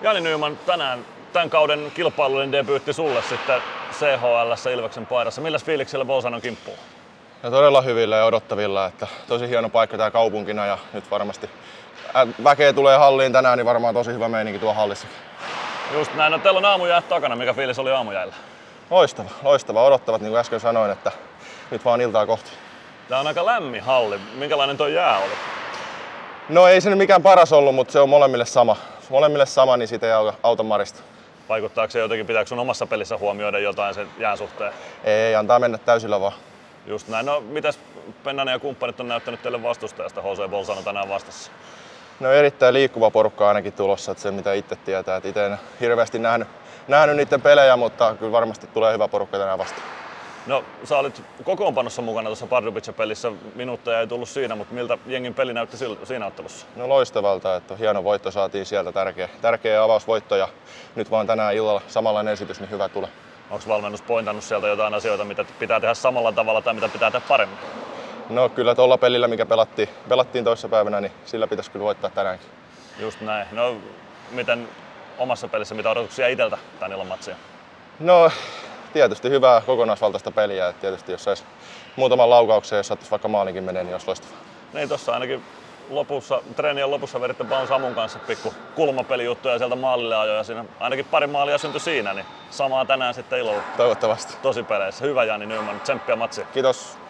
Jani Nyman, tänään tämän kauden kilpailujen debyytti sulle sitten CHL Ilveksen paidassa. Milläs fiiliksellä Bousanon kimppuun? Ja todella hyvillä ja odottavilla, että tosi hieno paikka tää kaupunkina ja nyt varmasti ä, väkeä tulee halliin tänään, niin varmaan tosi hyvä meininki tuo hallissakin. Just näin, no teillä on aamujäät takana, mikä fiilis oli aamujäillä? Loistava, loistava, odottavat niin kuin äsken sanoin, että nyt vaan iltaa kohti. Tää on aika lämmin halli, minkälainen toi jää oli? No ei se nyt mikään paras ollut, mutta se on molemmille sama. Molemmille sama, niin siitä ei auta- auta marista. Vaikuttaako se jotenkin, pitääkö sun omassa pelissä huomioida jotain sen jään suhteen? Ei, antaa mennä täysillä vaan. Just näin, no mitäs Pennanen ja kumppanit on näyttänyt teille vastustajasta, Jose Bolsano tänään vastassa? No erittäin liikkuva porukka ainakin tulossa, että se mitä itse tietää. Että itse en hirveästi nähnyt, nähnyt niiden pelejä, mutta kyllä varmasti tulee hyvä porukka tänään vastaan. No sä olit kokoonpanossa mukana tuossa Pardubicen pelissä, minuutteja ei tullut siinä, mutta miltä jengin peli näytti sil- siinä ottelussa? No loistavalta, että hieno voitto saatiin sieltä, tärkeä, tärkeä avausvoitto ja nyt vaan tänään illalla samanlainen esitys, niin hyvä tulee. Onko valmennus pointannut sieltä jotain asioita, mitä pitää tehdä samalla tavalla tai mitä pitää tehdä paremmin? No kyllä tuolla pelillä, mikä pelattiin, pelattiin toissa päivänä, niin sillä pitäisi kyllä voittaa tänäänkin. Just näin. No, miten omassa pelissä, mitä odotuksia itseltä tän illan matsia? No tietysti hyvää kokonaisvaltaista peliä, että tietysti jos saisi muutaman laukauksen, jos saattaisi vaikka maalinkin menee, niin olisi loistavaa. Niin tossa ainakin lopussa, treenien lopussa veritte vaan Samun kanssa pikku kulmapelijuttuja sieltä maalille ajoja. Siinä ainakin pari maalia syntyi siinä, niin samaa tänään sitten illalla Toivottavasti. tosi peleissä. Hyvä Jani Nyman, tsemppiä matsi. Kiitos.